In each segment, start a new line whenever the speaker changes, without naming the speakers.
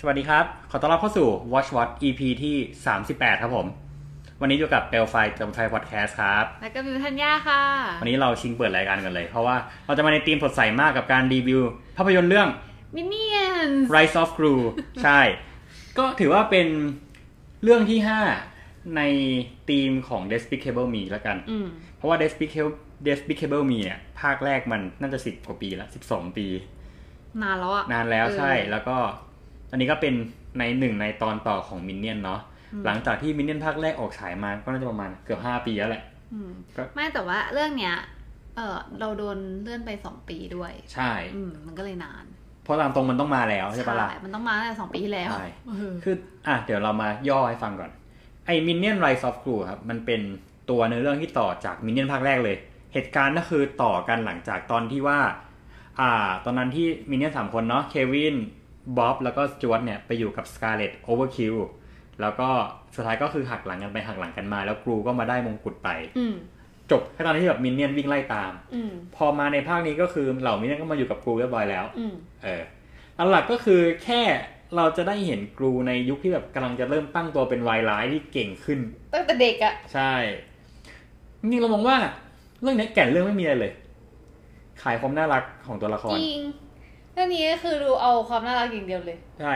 สวัสดีครับ ขอต้อนรับเข้าสู่ Watch What EP ที่ 38 ครับผม วันนี้อยู่กับเปลไฟเติมไฟพอดแคสต์ครับ
แล้วก็มิวทัญญาค่ะ
วันนี้เราชิงเปิดรายการกันเลย เพราะว่าเราจะมาในธีมสดใสมากกับการรีวิว ภาพยนตร์เรื่อง
มินเนี่ยน
Rise of Gru ใช่ ก็ถือว่าเป็นเรื่องที่ 5 ในธีมของ Despicable Me ละกัน
อืม
เพราะว่า Despicable Despicable Me เนี่ยภาคแรกมันน่าจะ 10 กว่าปีแล้ว 12 ปี
นานแล้วอะ
นานแล้ว
เออ
ใช่ แล้วก็ อันนี้ก็เป็นในหนึ่งในตอนต่อของมินเนี่ยนเนาะ
อืม
หลังจากที่มินเนี่ยนภาคแรกออกฉายมา ก็น่าจะประมาณเกือบห้าปีแล้วแหละ
อืม
ก็
ไม่แต่ว่าเรื่องเนี้ย เออเราโดนเลื่อนไปสองปีด้วย
ใช่
อืม มันก็เลยนาน
เพราะตามตรงมันต้องมาแล้วใช่ปะล่ะ
มันต้องมาตั้งแต่สองปีที่แล้ว
ใช่
เออ
คือ อ่ะ เดี๋ยวเรามาย่อให้ฟังก่อน ไอ้มินเนี่ยนไรซอฟครูครับ มันเป็นตัวเนื้อเรื่องที่ต่อจากมินเนี่ยนภาคแรกเลย เหตุการณ์ก็คือต่อกันหลังจากตอนที่ว่า อ่า ตอนนั้นที่มินเนี่ยนสามคนเนาะ เควิน บ๊อบ แล้วก็สจวตเนี่ย ไปอยู่กับสกาเลตโอเวอร์คิว แล้วก็สุดท้ายก็คือหักหลังกันไปหักหลังกันมา แล้วกรูก็มาได้มงกุฎไป
อืม
จบแค่ตอนที่แบบมินเนี่ยนวิ่งไล่ตาม
อืม
พอมาในภาคนี้ก็คือเหล่ามินเนี่ยนก็มาอยู่กับกรูเรียบร้อยแล้ว
อืม
เอออันหลักก็คือแค่เราจะได้เห็นกรูในยุคที่แบบกำลังจะเริ่มตั้งตัวเป็นวายร้ายที่เก่งขึ้น
ตั้งแต่เด็กอะ
ใช่จริงๆเรามองว่าเรื่องเนี้ยแก่นเรื่องไม่มีอะไรเลย ขายความน่ารักของตัวละคร
จริงเรื่องนี้ก็คือดูเอาความน่ารักอย่างเดียวเลย
ใช่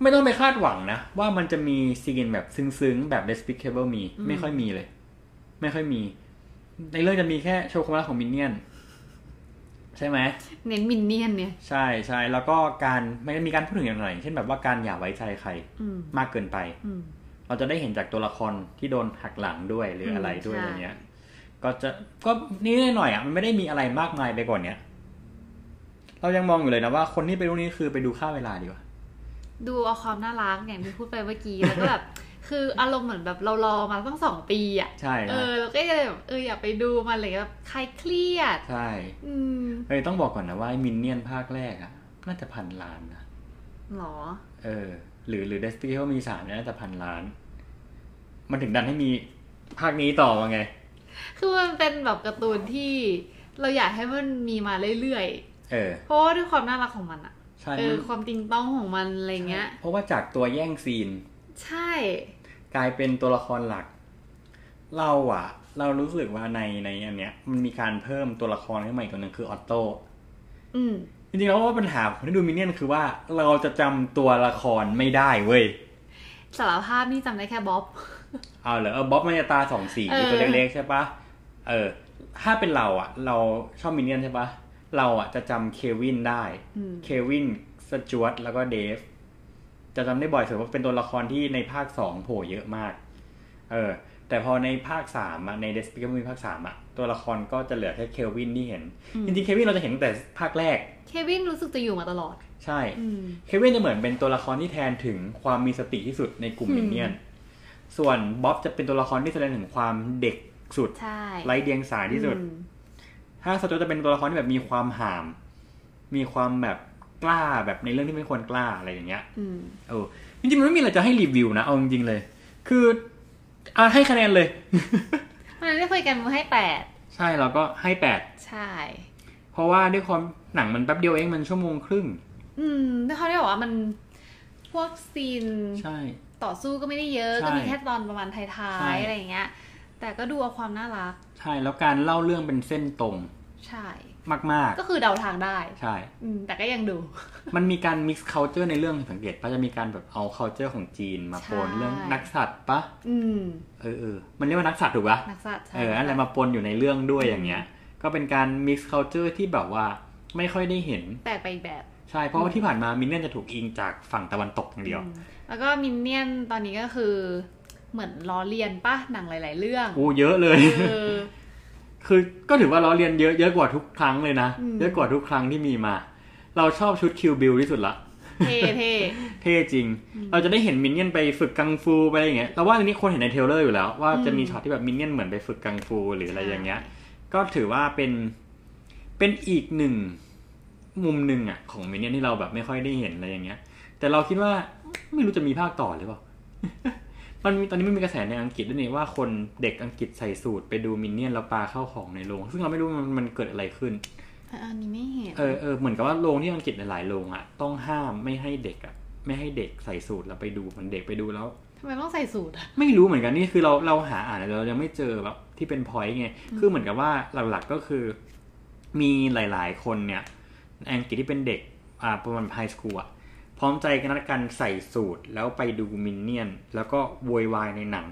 ไม่ต้องไปคาดหวังนะ ว่ามันจะมีซีนแบบซึ้งๆ แบบ Despicable Me
อืม
ไม่ค่อยมีเลย ไม่ค่อยมี ในเรื่องจะมีแค่โชว์ความรักของมินเนี่ยน ใช่ไหม
เน้นมินเนี่ยนเนี่ย
ใช่ใช่แล้วก็การไม่มีการพูดถึงอย่างไรเช่นแบบว่าการอย่าไว้ใจใคร
อืม
มากเกินไป
อืม
เราจะได้เห็นจากตัวละครที่โดนหักหลังด้วยหรืออะไรด้วย
อืม
อะ
ใช่
ไรเงี้ย ก็จะก็นิดหน่อยอ่ะมันไม่ได้มีอะไรมากมายไปกว่อนเนี้ย เรายังมองอยู่เลยนะว่าคนที่ไปดูนี้คือไปดูค่าเวลาดีกว่า
ดูเอาความน่ารักอย่างที่พูดไปเมื่อกี้ แล้วก็แบบ คืออารมณ์เหมือนแบบเรารอมาตั้งสองปีอะ
ใช่
เอ
ใช่
อเราก็จะแบบเอออยากไปดูมันเลยแบบใครเครียด
ใช่
อืม
เอ้ยต้องบอกก่อนนะว่ามินเนี่ยนภาคแรกอ่ะ น่าจะพันล้านนะ
หรอ
เออ หรือหรือเดสติเมีสามเนี่ยน่าจะพันล้าน มันถึงดันให้มีภาคนี้ต่อมาไง
คือมันเป็นแบบการ์ตูนที่เราอยากให้มันมีมาเรื่อย
เออ
ๆ เพราะว่าด้วยความน่ารักของมันอะ
ใช่
เออความติงต้องของมันอะไรเงี้ย
เพราะว่าจากตัวแย่งซีน
ใช่
กลายเป็นตัวละครหลัก เราอะเรารู้สึกว่าในในอันเนี้ย มันมีการเพิ่มตัวละครขึ้นมาอีกตัวหนึ่งคือออโต้
อืม
จริงๆแล้วว่าปัญหาของที่ดูมินเนี่ยนคือว่าเราจะจำตัวละครไม่ได้เว้ย
สารภาพนี่จำได้แค่บ๊อบ
เอาเหรอเออบ๊อบมันจะตาสองสี
เออ
ตัวเล็กๆใช่ปะเออ ถ้าเป็นเราอะเราชอบมินเนี่ยนใช่ปะเราอะจะจำเควินได้
อืม
เควินสจวตแล้วก็เดฟ จะจำได้บ่อยสุดเพราะเป็นตัวละครที่ในภาคสองโผล่เยอะมาก เออ แต่พอในภาคสามอะในเดสปิกมีภาคสามอะตัวละครก็จะเหลือแค่เควินที่เห็น จริงๆเควินเราจะเห็นตั้งแต่ภาคแรก
เควินรู้สึกจะอยู่มาตลอด
ใช่
อืม
เควินจะเหมือนเป็นตัวละครที่แทนถึงความมีสติที่สุดในกลุ่ม
อืม
มินเนี่ยน ส่วนบ๊อบจะเป็นตัวละครที่แสดงถึงความเด็กสุด
ใช่
ไร้เดียงสาที่สุด
อืม
ถ้าสจวตจะเป็นตัวละครที่แบบมีความหาม มีความแบบกล้าแบบในเรื่องที่ไม่ควรกล้าอะไรอย่างเงี้ย
อืม
โอ้จริงๆมันไม่มีอะไรจะให้รีวิวนะ เอาจริงๆเลย คืออ่ะให้คะแนนเลย
มันได้คุยกันมาให้แปด
ใช่เราก็ให้แปด
ใช่
เพราะว่าด้วยความหนังมันแป๊บเดียวเองมันชั่วโมงครึ่ง
อืมด้วยความที่บอกว่ามันพวกซีน
ใช่
ต่อสู้ก็ไม่ได้เยอะ
ใช่
ก็มีแค่ตอนประมาณท้า
ใช่
ยๆอะไรอย่างเงี้ย แต่ก็ดูเอาความน่ารัก
ใช่แล้วการเล่าเรื่องเป็นเส้นตรง
ใช่
มาก
ก็คือเดาทางได้
ๆ ใช่
อืม แต่ก็ยังดู
มันมีการ mix culture ในเรื่องสังเกตปะจะมีการแบบเอา culture ของจีนมาปน
ใช่
เรื่องนักสัตว์ปะ
อืม
เออเออมันเรียกว่านักสัตว์ถูกปะ
นักสัตว์ใช่
เอออะไรมาปนอยู่ในเรื่องด้วยอย่างเงี้ย ก็เป็นการ mix culture ที่แบบว่าไม่ค่อยได้เห็น
แปลกไปอีกแบบ
ใช่ เพราะว่าที่ผ่านมามินเนี่ยนจะถูกอิงจากฝั่งตะวันตกอย่างเดียว
อืมแล้วก็มินเนี่ยนตอนนี้ก็คือ เหมือนล้อเลียนปะหนังหลาย ๆ เรื่อง
อู้เยอะเลย
เออ
คือก็ถือว่าล้อเรียนเยอะเยอะกว่าทุกครั้งเลยนะ
อืม
เยอะกว่าทุกครั้งที่มีมา เราชอบชุดคิวบิลที่สุดละ
เท่เท่
เท่จริง เราจะได้เห็นมินเนี่ยนไปฝึกกังฟูไปอะไรอย่างเงี้ยเราว่าอันนี้คนเห็นในเทรลเลอร์อยู่แล้ว ว่าจะมีช็อตที่แบบมินเนี่ยนเหมือนไปฝึกกังฟูหรืออะไรอย่างเงี้ย ก็ถือว่าเป็นเป็นอีกหนึ่งมุมหนึ่งอะของมินเนี่ยนที่เราแบบไม่ค่อยได้เห็นอะไรอย่างเงี้ย แต่เราคิดว่าไม่รู้จะมีภาคต่อหรือเปล่า มันมีตอนนี้มันมีกระแสในอังกฤษด้วยนี่ว่าคนเด็กอังกฤษใส่สูตรไปดูมินเนี่ยนแล้วปาเข้าของในโรงซึ่งเราไม่รู้มันมันเกิดอะไรขึ้น
อันนี้ไม่เห็น
เออเออเหมือนกับว่าโรงที่อังกฤษหลายๆโรงอะต้องห้ามไม่ให้เด็กอะ ไม่ให้เด็กใส่สูตรเราไปดูเหมือนเด็กไปดูแล้ว
ทำไมต้องใส่สูตรอะ
ไม่รู้เหมือนกันนี่คือเราเราหาอ่านแล้วเรายังไม่เจอแบบที่เป็นพอยต์ไง คือเหมือนกับว่าหลักๆก็คือ มีหลายๆคนเนี่ยในอังกฤษที่เป็นเด็กอ่าประมาณไฮสคูลอะพร้อมใจกันนัดกันใส่สูตรแล้วไปดูมินเนี่ยน แล้วก็โวยวายในหนัง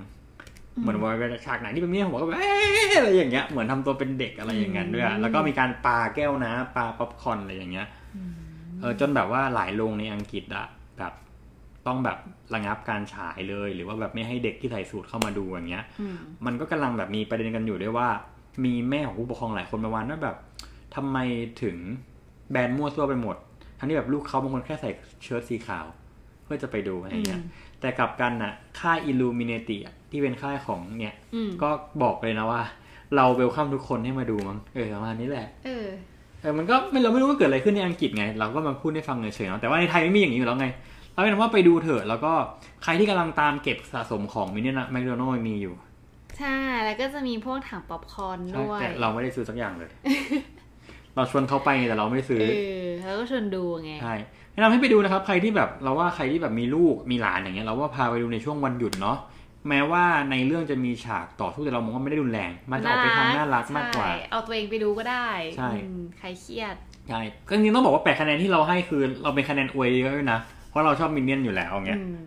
อืม
เหมือนโว่าฉากไหนที่เป็นมินเนี่ยนหัวก็แบบเอ๊ะอะไรอย่างเงี้ยเหมือนทำตัวเป็นเด็กอะไรอย่างเงี้ยด้วยอะ
อืม
แล้วก็มีการปาแก้วน้ำปาป๊อปคอร์นอะไรอย่างเงี้ย เออจนแบบว่าหลายโรงในอังกฤษอะแบบต้องแบบระงับการฉายเลย หรือว่าแบบไม่ให้เด็กที่ใส่สูตรเข้ามาดูอย่างเงี้ย
อืม
มันก็กำลังแบบมีประเด็นกันอยู่ด้วยว่า มีแม่ของผู้ปกครองหลายคนประมาณว่าแบบทำไมถึงแบนมั่วซั่วไปหมด ทั้งที่แบบลูกเขาบางคนแค่ใส่เชิ้ตสีขาว เพื่อจะไปดูอะไรเงี้ย
อืม
แต่กลับกันน่ะค่าย Illuminati อะที่เป็นค่ายของเนี่ย
อืม
ก็บอกเลยนะว่า เราเวลคัมทุกคนให้มาดูมั้งเออประมาณนี้แหละ
เออ
เออมันก็ไม่เราไม่รู้ว่าเกิดอะไรขึ้นในอังกฤษไง เราก็มาพูดให้ฟังเฉยๆเนาะแต่ว่าในไทยไม่มีอย่างนี้อยู่แล้วไงเอาเป็นว่าไปดูเถอะ แล้วก็ใครที่กำลังตามเก็บสะสมของมินเนี่ยนะแมคโดนัลมีอยู่
ใช่ แล้วก็จะมีพวกถังป๊อปคอร์น
ใช่
ด้วย
แต่เราไม่ได้ซื้อสักอย่างเลย เราชวนเขาไปไงแต่เราไม่ได้ซื้อ
เออ แล้วก็ชวนดูไง
ใช่แนะนำให้ไปดูนะครับ ใครที่แบบเราว่าใครที่แบบมีลูกมีหลานอย่างเงี้ยเราว่าพาไปดูในช่วงวันหยุดเนาะแม้ว่าในเรื่องจะมีฉากต่อสู้แต่เรามองว่าไม่ได้รุนแรง มันจะออกไปทางน่ารักมากกว่า
ใช่เอาตัวเองไปดูก็ได้
ใช่
อืมใครเครียด
ใช่ก็จริงๆต้องบอกว่าแปดคะแนนที่เราให้คือเราเป็นคะแนนอวยเยอะด้วยนะเพราะเราชอบมินเนี่ยนอยู่แล้วอย่างเงี้ย
อืม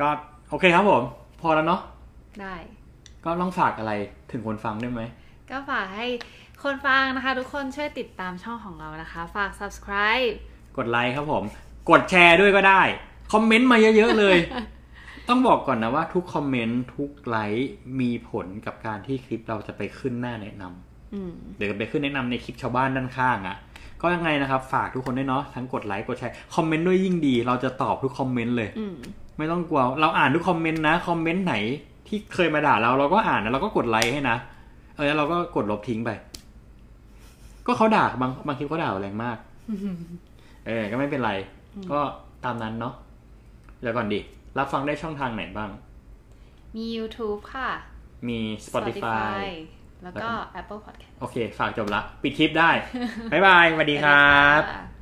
ก็โอเคครับผม พอแล้วเนาะ
ได้
ก็ต้องฝากอะไรถึงคนฟังได้ไหม
ก็ฝากให้คนฟังนะคะ ทุกคนช่วยติดตามช่องของเรานะคะ ฝาก subscribe
กดไลค์ครับผม กดแชร์ด้วยก็ได้ คอมเมนต์มาเยอะๆเลย ต้องบอกก่อนนะว่าทุกคอมเมนต์ทุกไลค์มีผลกับการที่คลิปเราจะไปขึ้นหน้าแนะนำ
อืม
เดี๋ยวไปขึ้นแนะนำในคลิปชาวบ้านด้านข้างอะ่ะ ก็ยังไงนะครับ ฝากทุกคนด้วยเนาะทั้งกดไลค์กดแชร์คอมเมนต์ด้วยยิ่งดี เราจะตอบทุกคอมเมนต์เลย
อืม
ไม่ต้องกลัว เราอ่านทุกคอมเมนต์นะ คอมเมนต์ไหนที่เคยมาด่าเราเราก็อ่านนะเราก็กดไลค์ให้นะ เออแล้วเราก็กดลบทิ้งไป ก็เขาด่าบางบางคลิปเขาด่าแรงมาก เออ ก็ไม่เป็นไร
อืม
ก็ตามนั้นเนาะเดี๋ยวก่อนดิ รับฟังได้ช่องทางไหนบ้าง
มี YouTube ค่ะ
มี Spotify
แล้วก็ Apple Podcast
โอเค ฝากจบละ ปิดคลิปได้ บ๊ายบายสวัสดีครับ
สวัสดีค่ะ